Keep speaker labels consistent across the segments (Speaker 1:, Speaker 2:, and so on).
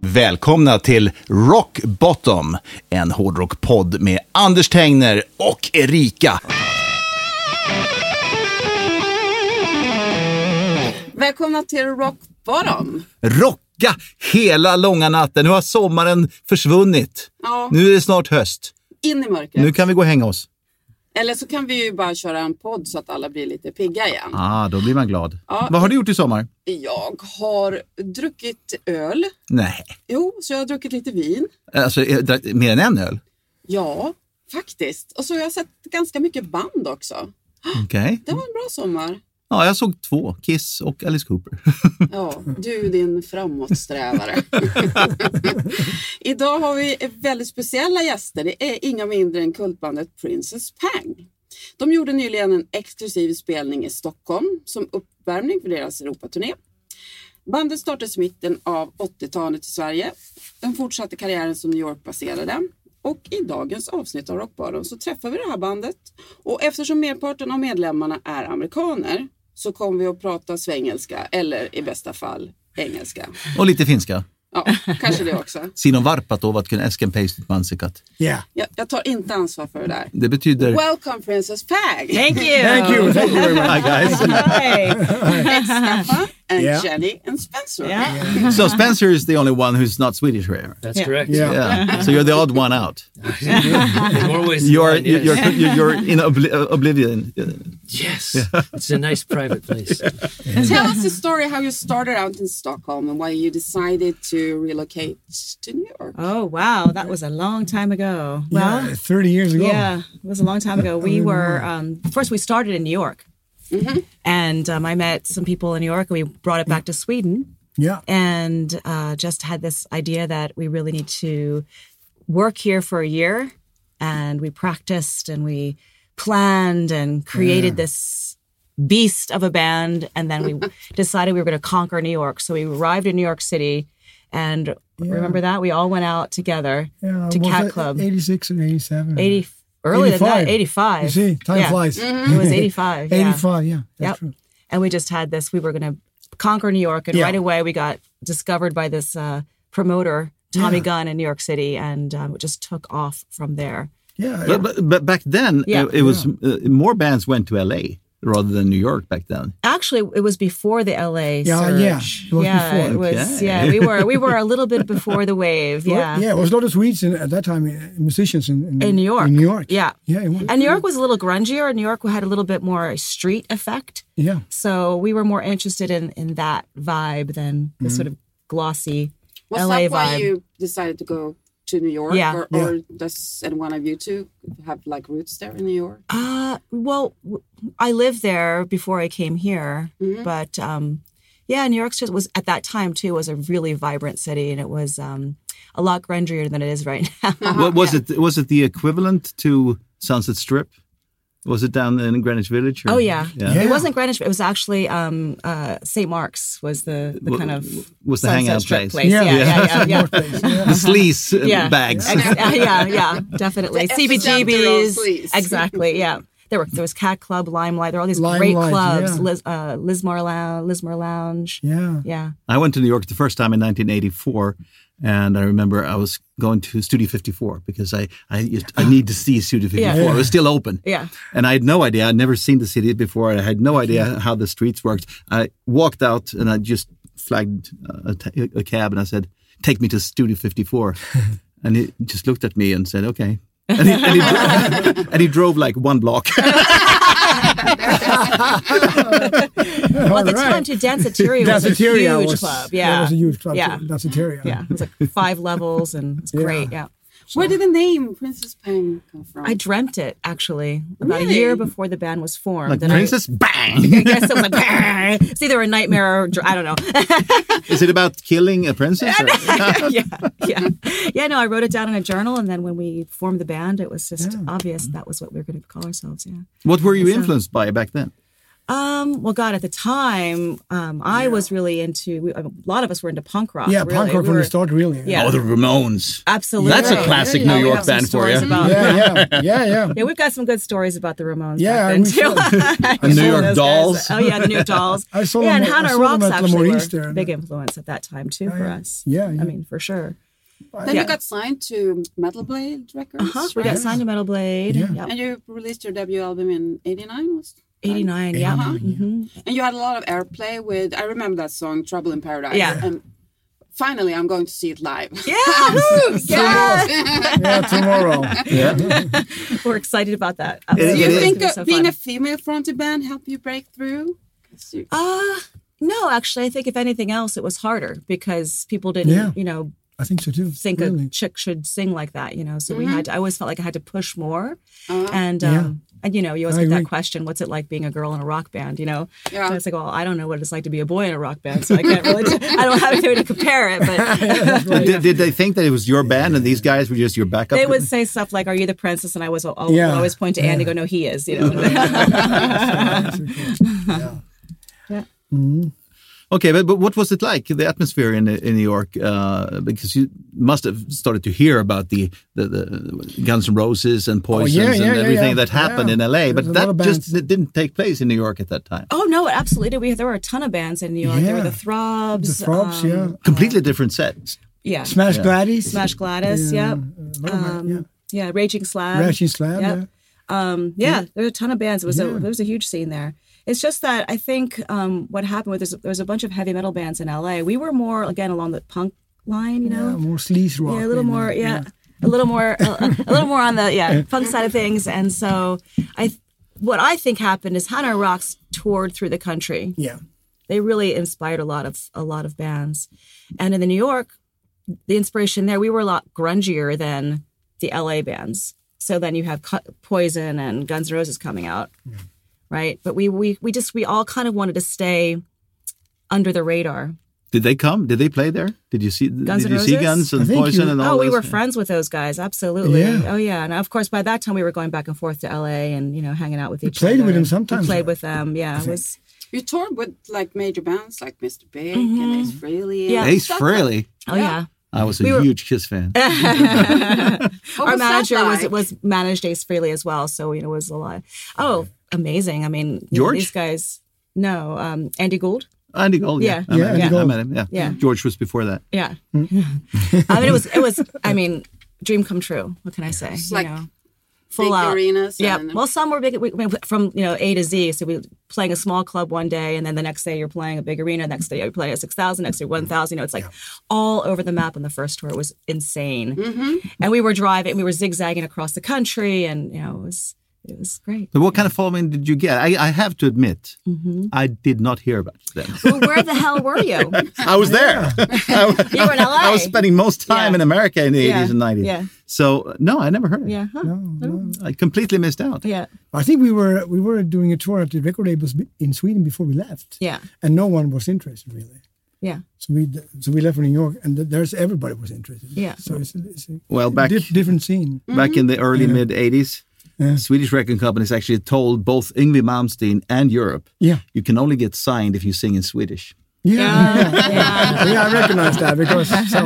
Speaker 1: Välkomna till Rock Bottom, en hårdrockpodd med Anders Tengner och Erika.
Speaker 2: Välkomna till Rock Bottom.
Speaker 1: Rocka hela långa natten. Nu har sommaren försvunnit.
Speaker 2: Ja.
Speaker 1: Nu är det snart höst.
Speaker 2: In i mörkret.
Speaker 1: Nu kan vi gå och hänga oss.
Speaker 2: Eller så kan vi ju bara köra en podd så att alla blir lite pigga igen.
Speaker 1: Ah, då blir man glad. Vad har du gjort i sommar?
Speaker 2: Jag har druckit öl.
Speaker 1: Nej,
Speaker 2: Jo, så jag har druckit lite vin.
Speaker 1: alltså jag drack mer än en öl.
Speaker 2: Ja, faktiskt. Och så har jag sett ganska mycket band också.
Speaker 1: Okej.
Speaker 2: Det var en bra sommar.
Speaker 1: Ja, jag såg två. Kiss och Alice Cooper.
Speaker 2: Ja, du din framåtsträvare. Idag har vi väldigt speciella gäster. Det är inga mindre än kultbandet Princess Pang. De gjorde nyligen en exklusiv spelning i Stockholm som uppvärmning för deras Europaturné. Bandet startades i mitten av 80-talet i Sverige. De fortsatte karriären som New York-baserade. Och i dagens avsnitt av Rockbaren så träffar vi det här bandet. Och eftersom merparten av medlemmarna är amerikaner så kommer vi att prata svengelska eller i bästa fall engelska.
Speaker 1: Och lite finska.
Speaker 2: Ja, kanske det också.
Speaker 1: Sinon varpatovat kun äsken pastit mansikat.
Speaker 3: Yeah.
Speaker 2: Jag, jag tar inte ansvar för det där.
Speaker 1: Det betyder...
Speaker 2: Welcome Princess Pag! Thank you!
Speaker 3: Thank you. Thank you very much.
Speaker 1: Hi guys.
Speaker 2: Stefan and
Speaker 3: Yeah.
Speaker 2: Jenny and Spencer.
Speaker 1: So Spencer is the only one who's not Swedish here.
Speaker 4: That's correct.
Speaker 3: Yeah.
Speaker 1: Yeah. So you're the odd one out.
Speaker 4: In more ways than
Speaker 1: You're
Speaker 4: one, yes.
Speaker 1: you're you're, you're in obli- uh, oblivion.
Speaker 4: Yes. It's a nice private place.
Speaker 2: Tell us the story how you started out in Stockholm and why you decided to relocate to New York.
Speaker 5: Oh wow, that was a long time ago. Well,
Speaker 3: Yeah, 30 years ago.
Speaker 5: yeah, it was a long time ago.
Speaker 4: Mm-hmm.
Speaker 5: We were um, first we started in New York, and um, I met some people in New York, and we brought it back to Sweden,
Speaker 3: Yeah.
Speaker 5: and uh, just had this idea that we really need to work here for a year, and we practiced and we planned and created this beast of a band, and then we decided we were going to conquer New York. So we arrived in New York City. And remember that we all went out together
Speaker 3: Yeah,
Speaker 5: to
Speaker 3: was
Speaker 5: Cat
Speaker 3: that
Speaker 5: Club.
Speaker 3: 86 and 87.
Speaker 5: 80 earlier than that 85
Speaker 3: You see, time
Speaker 5: Yeah. Mm-hmm.
Speaker 3: flies.
Speaker 5: it was 85 yeah.
Speaker 3: 85, yeah. That's
Speaker 5: yep
Speaker 3: true.
Speaker 5: Mm-hmm. and we just had this we were going to conquer new york and
Speaker 3: Yeah.
Speaker 5: right away we got discovered by this uh, promoter tommy gunn in new york city and um, it just took off from there
Speaker 3: Yeah.
Speaker 1: But, but but back then uh,
Speaker 5: Yeah.
Speaker 1: it was uh, more bands went to L.A. rather than New York back then.
Speaker 5: actually it was before the la
Speaker 3: Yeah,
Speaker 5: surge.
Speaker 3: yeah. It was
Speaker 5: yeah
Speaker 3: before.
Speaker 5: it was
Speaker 1: Okay.
Speaker 5: yeah we were we were a little bit before the wave
Speaker 3: Well,
Speaker 5: yeah
Speaker 3: yeah, it was a lot of Swedes in, at that time, uh, musicians in, in,
Speaker 5: in New York.
Speaker 3: In New York.
Speaker 5: Yeah.
Speaker 3: Yeah. It was.
Speaker 5: And New York was a little grungier. New York had a little bit more street effect.
Speaker 3: yeah.
Speaker 5: So we were more interested in in that vibe than the
Speaker 3: Mm-hmm.
Speaker 5: sort of glossy
Speaker 2: Was
Speaker 5: LA
Speaker 2: that why
Speaker 5: vibe.
Speaker 2: you decided to go to New York?
Speaker 5: Yeah.
Speaker 2: Or, or does any one of you two have like roots there in New York?
Speaker 5: Uh, well, w- I lived there before I came here, but um, yeah, New York just was at that time too was a really vibrant city, and it was um, a lot grungier than it is right now.
Speaker 1: What was it? Was it the equivalent to Sunset Strip? Was it down in Greenwich Village? or-
Speaker 5: Oh yeah.
Speaker 3: Yeah.
Speaker 5: it wasn't Greenwich. but It was actually um, uh, St. Mark's was the, the kind of
Speaker 1: was the
Speaker 5: Sunset
Speaker 1: hangout
Speaker 5: Strip
Speaker 1: place.
Speaker 5: Yeah, yeah, yeah, yeah. yeah.
Speaker 1: The sleaze uh,
Speaker 5: Yeah.
Speaker 1: bags.
Speaker 5: Ex- yeah, yeah, definitely.
Speaker 2: epicenter of
Speaker 5: CBGBs,
Speaker 2: sleaze.
Speaker 5: exactly. Yeah, There were there was Cat Club, Limelight. There were all these great
Speaker 3: Limelight,
Speaker 5: clubs.
Speaker 3: yeah.
Speaker 5: Liz, uh, Lismore Lounge, Lismore Lounge.
Speaker 3: Yeah.
Speaker 5: Yeah.
Speaker 1: I went to New York the first time in 1984, and I remember I was going to Studio 54 because I I, used, I need to see Studio 54. It was still open.
Speaker 5: Yeah.
Speaker 1: And I had no idea. I'd never seen the city before. I had no idea how the streets worked. I walked out and I just flagged uh, a, ta- a cab and I said, "Take me to Studio 54." and he just looked at me and said, "Okay." And he, and he, dro- and he drove like one block.
Speaker 5: Well, at the
Speaker 3: Alright.
Speaker 5: time, to Danceteria was a
Speaker 3: Danceteria
Speaker 5: huge
Speaker 3: Oh, was-
Speaker 5: club.
Speaker 3: yeah,
Speaker 5: Yeah.
Speaker 3: it was a huge club,
Speaker 5: Yeah.
Speaker 3: Danceteria.
Speaker 5: Yeah. It was like five levels and it's great. Yeah.
Speaker 2: Where did the name Princess Pang come from?
Speaker 5: I dreamt it actually about a
Speaker 2: Really?
Speaker 5: year before the band was formed.
Speaker 1: like
Speaker 5: and I-
Speaker 1: Princess
Speaker 5: I
Speaker 1: Bang.
Speaker 5: guess it was like, "Brr." it's either a nightmare or a dr- I don't know.
Speaker 1: Is it about killing a princess? or-
Speaker 5: yeah, yeah, yeah. No, I wrote it down in a journal, and then when we formed the band, it was just obvious that was what we were going to call ourselves. Yeah.
Speaker 1: What were you influenced by back then?
Speaker 5: Um. Well, God, at the time, um, I was really into. We, a lot of us were into punk rock.
Speaker 3: Yeah,
Speaker 5: really.
Speaker 3: punk rock
Speaker 5: We
Speaker 3: from
Speaker 5: were-
Speaker 3: the start, really.
Speaker 5: Yeah.
Speaker 6: Oh, the Ramones.
Speaker 5: Absolutely.
Speaker 6: That's a
Speaker 5: Right.
Speaker 6: classic
Speaker 5: Yeah,
Speaker 6: New
Speaker 5: we
Speaker 6: York
Speaker 5: have some
Speaker 6: band for
Speaker 5: stories
Speaker 6: ya.
Speaker 5: about-
Speaker 3: Yeah, yeah, yeah, yeah.
Speaker 5: Yeah, we've got some good stories about the Ramones.
Speaker 3: Yeah,
Speaker 5: back then,
Speaker 3: we
Speaker 5: too.
Speaker 6: The New York
Speaker 5: Those guys.
Speaker 6: Dolls.
Speaker 5: Oh yeah, the New York Dolls.
Speaker 3: I saw
Speaker 5: yeah,
Speaker 3: them
Speaker 5: and
Speaker 3: at- I
Speaker 5: Hannah
Speaker 3: saw them
Speaker 5: Rocks
Speaker 3: at
Speaker 5: actually
Speaker 3: Lamoreen's
Speaker 5: were
Speaker 3: there.
Speaker 5: a big influence at that time too for us.
Speaker 3: Yeah, yeah.
Speaker 5: I mean for sure.
Speaker 2: then you got signed to Metal Blade Records,
Speaker 5: Uh-huh. We
Speaker 2: right?
Speaker 5: got signed to Metal Blade.
Speaker 3: Yeah.
Speaker 5: Yep.
Speaker 2: And you released your debut album in '89, was it?
Speaker 5: 89, yeah.
Speaker 2: Uh-huh.
Speaker 5: hmm
Speaker 2: And you had a lot of airplay with. I remember that song, "Trouble in Paradise."
Speaker 5: Yeah.
Speaker 2: And finally, I'm going to see it live.
Speaker 5: Yeah,
Speaker 3: Yeah, tomorrow.
Speaker 5: we're excited about that.
Speaker 2: Do you
Speaker 1: It is.
Speaker 2: think that
Speaker 5: It's gonna be so
Speaker 2: being
Speaker 5: fun.
Speaker 2: a female fronted band helped you break through? 'Cause you-
Speaker 5: Uh, no, actually, I think if anything else, it was harder because people didn't,
Speaker 3: Yeah.
Speaker 5: you know,
Speaker 3: I think so too.
Speaker 5: think
Speaker 3: really.
Speaker 5: a chick should sing like that, you know. So we had, to, I always felt like I had to push more, and um,
Speaker 3: Yeah.
Speaker 5: and you know, you always
Speaker 3: I
Speaker 5: get that
Speaker 3: agree.
Speaker 5: question, "What's it like being a girl in a rock band?" You know,
Speaker 2: Yeah.
Speaker 5: so it's like, well, I don't know what it's like to be a boy in a rock band, so I can't really, I don't have anything to compare it, but.
Speaker 1: Did, did they think that it was your band and these guys were just your backup?
Speaker 5: They would say stuff like, "Are you the princess?" And I was, I'll,
Speaker 3: Yeah.
Speaker 5: always point to Andy, and go, "No, he is." You know,
Speaker 1: Okay, but, but what was it like the atmosphere in in New York? Uh, because you must have started to hear about the the, the Guns N' Roses and Poisons
Speaker 3: Oh, yeah, yeah,
Speaker 1: and
Speaker 3: yeah,
Speaker 1: everything
Speaker 3: yeah.
Speaker 1: that happened
Speaker 3: Yeah.
Speaker 1: in L.A.
Speaker 3: There's
Speaker 1: But
Speaker 3: a lot
Speaker 1: that
Speaker 3: of
Speaker 1: just
Speaker 3: bands.
Speaker 1: it didn't take place in New York at that time.
Speaker 5: oh no, absolutely. We there were a ton of bands in New York. There were
Speaker 3: Yeah.
Speaker 5: the Throbs,
Speaker 3: The Throbs,
Speaker 5: um,
Speaker 3: yeah.
Speaker 1: Completely different sets.
Speaker 5: yeah,
Speaker 3: Smash Gladys.
Speaker 5: Smash Gladys, yep.
Speaker 3: Love
Speaker 5: Um,
Speaker 3: uh, yeah.
Speaker 5: yeah, Raging Slab.
Speaker 3: Raging Slab,
Speaker 5: Yep. Um, yeah, there were a ton of bands. It was a there was a huge scene there. It's just that I think um, what happened was there was a bunch of heavy metal bands in LA. We were more again along the punk line, you know.
Speaker 3: Yeah, more sleaze rock.
Speaker 5: Yeah, a little
Speaker 3: you know.
Speaker 5: more. Yeah, a little more. A, a little more on the yeah punk side of things. And so I, what I think happened is Hannah Rocks toured through the country
Speaker 3: Yeah.
Speaker 5: they really inspired a lot of a lot of bands and in the new york the inspiration there we were a lot grungier than the la bands so then you have Cu- poison and guns N' roses coming out right but we, we we just we all kind of wanted to stay under the radar
Speaker 1: Did they come? Did they play there? Did you see?
Speaker 5: N'
Speaker 1: did you see
Speaker 5: Roses?
Speaker 1: Guns
Speaker 3: I
Speaker 1: and
Speaker 3: think
Speaker 1: Poison
Speaker 3: you-
Speaker 1: and all?
Speaker 5: oh we
Speaker 1: those?
Speaker 5: were friends with those guys absolutely
Speaker 3: Yeah.
Speaker 5: oh yeah and of course by that time we were going back and forth to la and you know hanging out with each
Speaker 3: played
Speaker 5: other
Speaker 3: with them
Speaker 5: We
Speaker 3: sometimes,
Speaker 5: played
Speaker 3: though,
Speaker 5: with them yeah it was
Speaker 2: You toured with like major bands like Mr. Big and Ace Frehley.
Speaker 5: Mm-hmm. Yeah.
Speaker 1: Ace Frehley.
Speaker 5: oh yeah
Speaker 1: I was a
Speaker 5: We were-
Speaker 1: huge Kiss fan.
Speaker 5: our manager was was managed Ace Freely as well, so you know it was a lot. Oh, amazing! I mean, you know,
Speaker 1: George?
Speaker 5: these guys. No, um, Andy Gould.
Speaker 1: Andy Gold. Yeah,
Speaker 5: Yeah.
Speaker 1: I,
Speaker 3: Yeah,
Speaker 1: met,
Speaker 3: Andy
Speaker 1: I
Speaker 3: Gold.
Speaker 1: met him. Yeah.
Speaker 5: Yeah.
Speaker 1: George was before that.
Speaker 5: Yeah, I mean it was it was. I mean, dream come true. What can I say? you
Speaker 2: like
Speaker 5: know,
Speaker 2: big arenas.
Speaker 5: Yeah.
Speaker 2: and-
Speaker 5: Well, some were big we, we- from you know A to Z. So we playing a small club one day, and then the next day you're playing a big arena. Next day you're playing at six thousand. Next day one thousand. You know, it's like all over the map on the first tour. It was insane.
Speaker 2: Mm-hmm.
Speaker 5: And we were driving. We were zigzagging across the country, and you know it was it was great.
Speaker 1: But what kind of following did you get? I, I have to admit,
Speaker 5: Mm-hmm.
Speaker 1: I did not hear about them.
Speaker 5: well, where the hell were you?
Speaker 1: I was there. I, w-
Speaker 5: You were in LA.
Speaker 1: I was spending most time
Speaker 5: Yeah.
Speaker 1: in America in the
Speaker 5: Yeah.
Speaker 1: 80s and 90s.
Speaker 5: Yeah.
Speaker 1: So, no, I never heard it.
Speaker 5: Yeah. Huh?
Speaker 1: I completely missed out.
Speaker 5: Yeah.
Speaker 3: I think we were we were doing a tour at the record labels be- in Sweden before we left.
Speaker 5: Yeah.
Speaker 3: And no one was interested really.
Speaker 5: Yeah.
Speaker 3: So we so we left for New York, and th- there's everybody was interested.
Speaker 5: Yeah.
Speaker 3: So it's, it's a
Speaker 1: Well, back-
Speaker 3: dif- different scene.
Speaker 1: Back in the
Speaker 5: Mm-hmm.
Speaker 1: early mid 80s, Swedish record companies actually told both Yngwie Malmsteen and Europe,
Speaker 3: Yeah.
Speaker 1: you can only get signed if you sing in Swedish.
Speaker 3: Yeah. Yeah. yeah. I recognize that because so,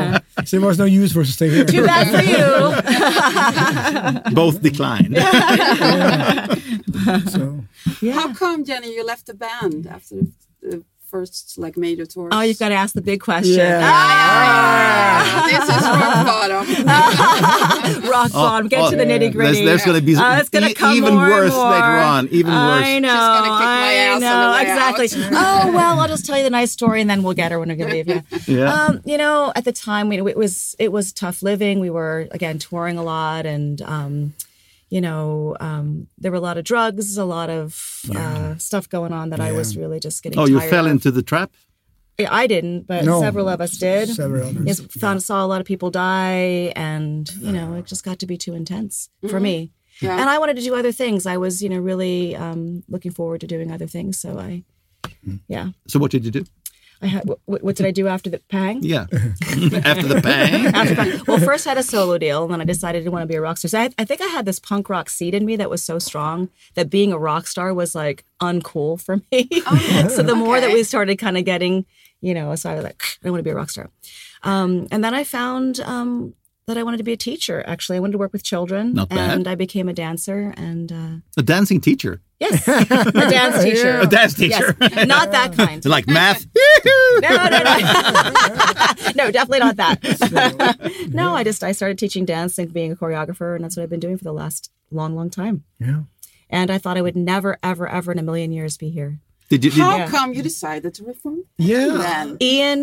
Speaker 3: so there was no use for us to stay here.
Speaker 5: Too bad for you.
Speaker 1: Both declined.
Speaker 3: so
Speaker 2: How come, Jenny, you left the band after the- the first like major tour?
Speaker 5: Oh, you've got to ask the big question.
Speaker 3: Yeah.
Speaker 5: Ah, yeah,
Speaker 2: This is rock bottom.
Speaker 5: rock bottom. Get to the nitty gritty.
Speaker 1: Oh, There's, there's going to be
Speaker 5: Uh, it's gonna
Speaker 1: e-
Speaker 5: come
Speaker 1: even
Speaker 5: more and
Speaker 1: worse
Speaker 5: more.
Speaker 1: later on. Even
Speaker 5: I
Speaker 1: worse.
Speaker 5: know. I
Speaker 2: ass on the way
Speaker 5: know. Exactly. oh well, I'll just tell you the nice story, and then we'll get her when we're gonna leave. Yeah.
Speaker 1: Yeah.
Speaker 5: Um, you know, at the time, you know, it was it was tough living. We were again touring a lot, and um, you know, um, there were a lot of drugs, a lot of uh, stuff going on that I was really just getting.
Speaker 1: Oh, you
Speaker 5: tired
Speaker 1: fell
Speaker 5: of.
Speaker 1: into the trap.
Speaker 5: Yeah, I didn't, but
Speaker 3: No.
Speaker 5: several of us did.
Speaker 3: Several others,
Speaker 5: Yes, found saw a lot of people die, and you know, it just got to be too intense for me.
Speaker 2: Yeah.
Speaker 5: And I wanted to do other things. I was, you know, really um, looking forward to doing other things. So I, yeah,
Speaker 1: So what did you do?
Speaker 5: I had. What, what did I do after the Pang?
Speaker 1: Yeah. After the bang.
Speaker 5: After Pang. Well, first I had a solo deal, and then I decided to want to be a rock star. So I, I think I had this punk rock seed in me that was so strong that being a rock star was like uncool for me. so the more that
Speaker 2: okay.
Speaker 5: we started kind of getting, you know, so I was like, I want to be a rock star. Um, and then I found um, that I wanted to be a teacher. Actually, I wanted to work with children,
Speaker 1: Not bad.
Speaker 5: and I became a dancer. And uh,
Speaker 1: A dancing teacher.
Speaker 5: yes, a dance teacher.
Speaker 1: A dance teacher.
Speaker 5: Yes. Not that kind.
Speaker 1: Like math.
Speaker 5: No, no, no. no, definitely not that. no, I just I started teaching dance and being a choreographer, and that's what I've been doing for the last long, long time.
Speaker 3: yeah.
Speaker 5: And I thought I would never, ever, ever in a million years be here.
Speaker 1: Did you? Did,
Speaker 2: How
Speaker 5: Yeah.
Speaker 2: come you decided to reform?
Speaker 3: Yeah.
Speaker 2: Then
Speaker 5: Ian,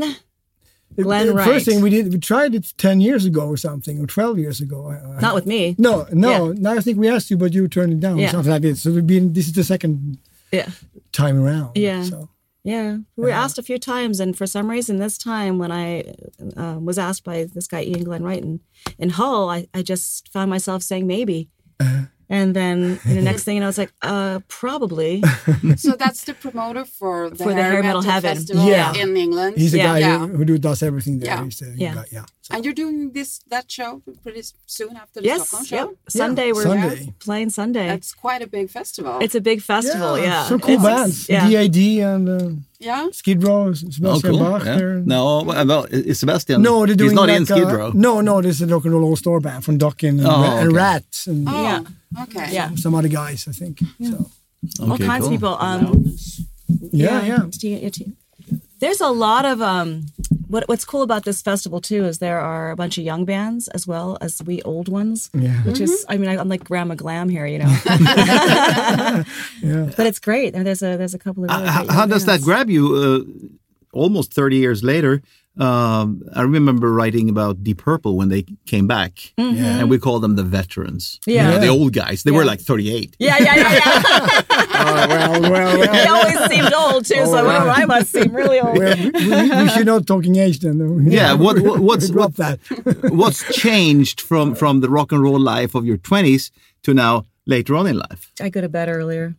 Speaker 5: Glenn
Speaker 3: The
Speaker 5: Wright.
Speaker 3: First thing we did, we tried it ten years ago or something, or twelve years ago. I- I-
Speaker 5: not with me.
Speaker 3: No, no. Now I think we asked you, but you turned it down,
Speaker 5: Yeah.
Speaker 3: or something like this. So we've been. This is the second
Speaker 5: Yeah.
Speaker 3: time around.
Speaker 5: Yeah.
Speaker 3: So
Speaker 5: Yeah, we
Speaker 3: Uh-huh.
Speaker 5: were asked a few times, and for some reason, this time when I uh, was asked by this guy Ian Glenn Wright in, in Hull, I, I just found myself saying maybe,
Speaker 3: Uh-huh.
Speaker 5: and then the next thing, you know, I was like, uh, probably.
Speaker 2: so that's the promoter for the,
Speaker 5: For the
Speaker 2: hair
Speaker 5: Hair Metal Heaven.
Speaker 2: festival
Speaker 3: Yeah.
Speaker 2: in England.
Speaker 3: he's the
Speaker 5: Yeah.
Speaker 3: guy
Speaker 2: Yeah.
Speaker 3: who do, does everything there.
Speaker 2: Yeah.
Speaker 3: He's the
Speaker 5: Yeah.
Speaker 3: guy. Yeah. So-
Speaker 2: And you're doing this that show pretty soon after the
Speaker 5: yes,
Speaker 2: Stockholm show.
Speaker 5: yep. Sunday we're
Speaker 3: Sunday.
Speaker 5: playing Sunday.
Speaker 2: That's quite a big festival.
Speaker 5: It's a big festival, yeah.
Speaker 3: Some cool
Speaker 5: It's-
Speaker 3: bands.
Speaker 5: Yeah.
Speaker 3: DAD and uh,
Speaker 2: yeah.
Speaker 3: Skid Row, Sebastian
Speaker 1: Oh, cool.
Speaker 3: Bach.
Speaker 1: Yeah.
Speaker 3: There.
Speaker 1: No, well, it's Sebastian.
Speaker 3: No, they're doing
Speaker 1: He's not
Speaker 3: like
Speaker 1: in Skid
Speaker 3: uh,
Speaker 1: Row.
Speaker 3: no, no, there's a rock and roll all star band from Dokken and,
Speaker 1: Oh,
Speaker 3: Ra- and
Speaker 1: okay.
Speaker 3: Rats and
Speaker 2: Oh,
Speaker 5: Yeah.
Speaker 2: Okay.
Speaker 5: Yeah.
Speaker 3: some other guys, I think. So
Speaker 5: all
Speaker 1: Okay,
Speaker 5: kinds
Speaker 1: cool.
Speaker 5: of people. Um,
Speaker 3: yeah, yeah.
Speaker 5: T- yeah, T- There's a lot of um, what what's cool about this festival too is there are a bunch of young bands as well as we old ones,
Speaker 3: Yeah.
Speaker 5: which is I mean I, I'm like grandma glam here, you know.
Speaker 3: Yeah.
Speaker 5: but it's great. And there's a there's a couple of really
Speaker 1: Uh,
Speaker 5: great
Speaker 1: how, how
Speaker 5: young
Speaker 1: does that
Speaker 5: bands.
Speaker 1: grab you uh, almost 30 years later um, i remember writing about deep purple when they came back
Speaker 3: Mm-hmm.
Speaker 1: and we called them the veterans You
Speaker 5: Yeah.
Speaker 1: know, the old guys they were
Speaker 5: Yeah.
Speaker 1: like 38
Speaker 5: Yeah, yeah, yeah, yeah.
Speaker 3: Oh, well, well,
Speaker 5: they
Speaker 3: well.
Speaker 5: always seemed old too, so
Speaker 3: Oh,
Speaker 5: well,
Speaker 3: yeah.
Speaker 5: I must seem really old.
Speaker 3: well we, we, we should not talking age then.
Speaker 1: yeah what, what what's
Speaker 3: drop
Speaker 1: what,
Speaker 3: that?
Speaker 1: what's changed from from the rock and roll life of your 20s to now later on in life
Speaker 5: I go to bed earlier.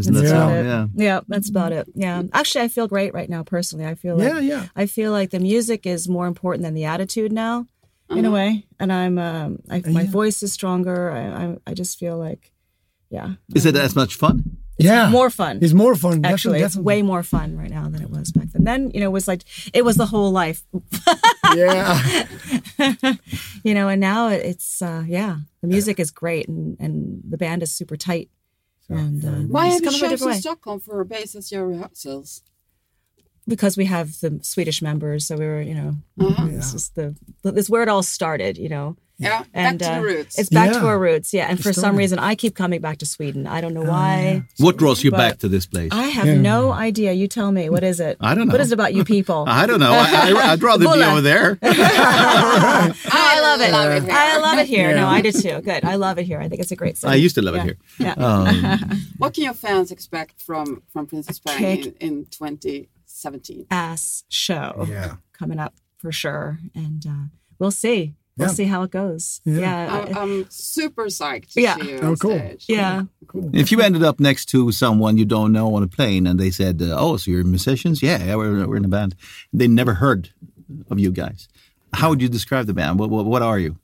Speaker 1: isn't
Speaker 5: That's
Speaker 1: that
Speaker 5: about
Speaker 1: so
Speaker 5: it.
Speaker 1: yeah
Speaker 5: yeah, that's about it. Yeah, actually, I feel great right now personally. I feel
Speaker 3: Yeah,
Speaker 5: like
Speaker 3: yeah.
Speaker 5: I feel like the music is more important than the attitude now, in
Speaker 2: Uh-huh.
Speaker 5: a way. And I'm, um, I, my voice is stronger. I, I, I just feel like, yeah,
Speaker 1: is it as much fun
Speaker 3: yeah.
Speaker 5: more fun.
Speaker 3: It's more fun.
Speaker 5: Actually,
Speaker 3: definitely,
Speaker 5: it's way more fun right now than it was back then. Then you know, it was like it was the whole life,
Speaker 3: yeah.
Speaker 5: you know. And now it, it's, uh, yeah, the music is great, and, and the band is super tight. And uh,
Speaker 2: Why have
Speaker 5: it's
Speaker 2: you
Speaker 5: kind of a different
Speaker 2: chosen
Speaker 5: way.
Speaker 2: Stockholm for a base as your rehearsals?
Speaker 5: because we have the Swedish members, so we were, you know,
Speaker 2: Uh-huh.
Speaker 5: this is the this is where it all started, you know.
Speaker 2: Yeah. back to
Speaker 5: uh,
Speaker 2: the roots.
Speaker 5: It's back to
Speaker 3: Yeah.
Speaker 5: our roots, yeah. And for some reason, I keep coming back to Sweden. I don't know why.
Speaker 1: what draws you
Speaker 5: But-
Speaker 1: back to this place
Speaker 5: I have no idea. You tell me. What is it?
Speaker 1: Oh, I don't know.
Speaker 5: What is it about you people?
Speaker 1: I don't know. I, I, I'd rather be
Speaker 5: Bulla.
Speaker 1: over there.
Speaker 5: I love it.
Speaker 2: love it here.
Speaker 5: I love it here. No, I do too. Good. I love it here. I think it's a great city.
Speaker 1: I used to love it
Speaker 5: Yeah.
Speaker 1: here.
Speaker 5: Yeah.
Speaker 2: What can your fans expect from from Princess Bang in,
Speaker 5: Kick.
Speaker 2: in 2017?
Speaker 5: Ass show
Speaker 3: Yeah.
Speaker 5: coming up for sure, and uh, we'll see. We'll
Speaker 3: Yeah.
Speaker 5: see how it goes.
Speaker 3: Yeah.
Speaker 5: Yeah.
Speaker 2: I'm, I'm super psyched to
Speaker 5: Uh, Yeah.
Speaker 2: see you
Speaker 3: Oh,
Speaker 2: on
Speaker 3: cool.
Speaker 2: stage.
Speaker 5: yeah.
Speaker 1: If you ended up next to someone you don't know on a plane and they said, uh, "Oh, so you're musicians? Yeah, yeah, we're, we're in a band." They never heard of you guys. How would you describe the band? What what, what are you?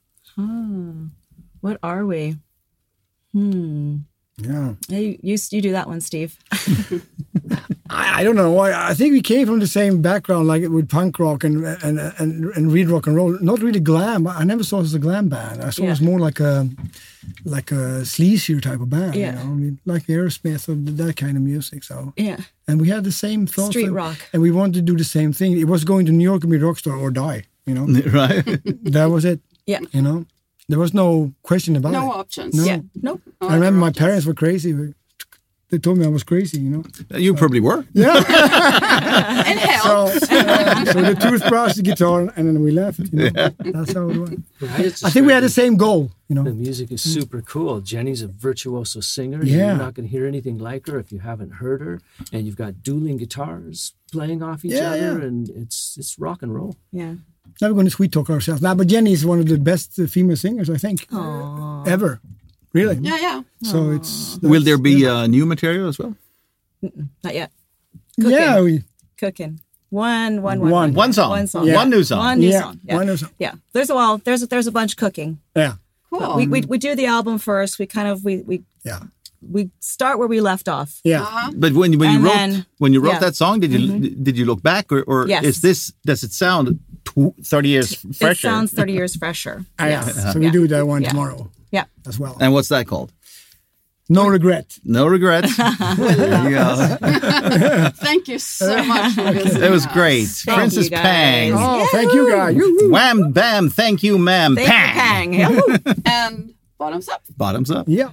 Speaker 5: What are we?
Speaker 3: Yeah.
Speaker 5: Hey, You, you you do that one, Steve.
Speaker 3: I, I don't know. I, I think we came from the same background, like with punk rock and and and, and read rock and roll. Not really glam. I never saw us as a glam band. I saw us more like a like a sleazier type of band.
Speaker 7: Yeah.
Speaker 3: You know? I mean, like Aerosmith or that kind of music. So
Speaker 7: Yeah.
Speaker 3: and we had the same thoughts.
Speaker 7: Street
Speaker 3: and-
Speaker 7: rock.
Speaker 3: And we wanted to do the same thing. It was going to New York and be a rock star or die. You know,
Speaker 1: right?
Speaker 3: that was it.
Speaker 7: Yeah.
Speaker 3: You know, there was no question about it.
Speaker 2: No options.
Speaker 3: No.
Speaker 2: Yeah. Nope.
Speaker 7: uh,
Speaker 3: I remember my parents were crazy. They told me I was crazy, you know.
Speaker 1: You probably were.
Speaker 2: and hell.
Speaker 3: so the toothbrush, the guitar, and then we left. You know? That's how it went. I think we had the same goal, you know.
Speaker 8: The music is super cool. Jenny's a virtuoso singer.
Speaker 3: Yeah.
Speaker 8: You're not going to hear anything like her if you haven't heard her. And you've got dueling guitars playing off each
Speaker 3: Yeah,
Speaker 8: other,
Speaker 3: yeah.
Speaker 8: and it's it's rock and roll.
Speaker 7: Yeah.
Speaker 3: Now we're going to sweet talk ourselves. Now, but Jenny is one of the best uh, female singers, I think, ever. Really.
Speaker 2: Yeah, yeah.
Speaker 3: So it's.
Speaker 1: Will there be uh, new material as well?
Speaker 7: Not yet.
Speaker 3: Yeah. We,
Speaker 7: Cooking. One, one, one,
Speaker 3: One.
Speaker 1: One song.
Speaker 7: One song.
Speaker 1: One new song.
Speaker 7: One new
Speaker 3: Yeah,
Speaker 7: song. Yeah.
Speaker 3: one new song.
Speaker 7: Yeah. There's a well, there's a, there's a bunch cooking.
Speaker 3: yeah.
Speaker 2: Cool.
Speaker 7: We,
Speaker 3: Um,
Speaker 7: we we do the album first. We kind of we we
Speaker 3: Yeah.
Speaker 7: we start where we left off.
Speaker 3: Yeah.
Speaker 1: But when when you
Speaker 7: And
Speaker 1: wrote
Speaker 7: then-
Speaker 1: when you wrote
Speaker 7: yeah. Mm-hmm.
Speaker 1: that song, did you did you look back or, or
Speaker 7: Yes.
Speaker 1: is this does it sound tw- thirty years fresher?
Speaker 7: It sounds 30 years fresher.
Speaker 3: Ah, yeah.
Speaker 7: Yes.
Speaker 3: So we
Speaker 7: Yeah.
Speaker 3: do that one
Speaker 7: Yeah.
Speaker 3: tomorrow
Speaker 7: Yeah.
Speaker 3: as well.
Speaker 1: and what's that called?
Speaker 3: No regret.
Speaker 1: No regrets. There you go.
Speaker 2: Thank you so much for visiting.
Speaker 1: That was
Speaker 2: us.
Speaker 1: great.
Speaker 7: Thank
Speaker 1: Princess
Speaker 7: you, guys.
Speaker 1: Pang.
Speaker 3: Oh, thank you, guys. Yoo-hoo.
Speaker 1: Wham bam. Thank you, ma'am.
Speaker 7: Thank
Speaker 1: Pang.
Speaker 7: you, Pang. Oh, Yahoo.
Speaker 2: And bottoms up.
Speaker 1: Bottoms up.
Speaker 3: Yeah.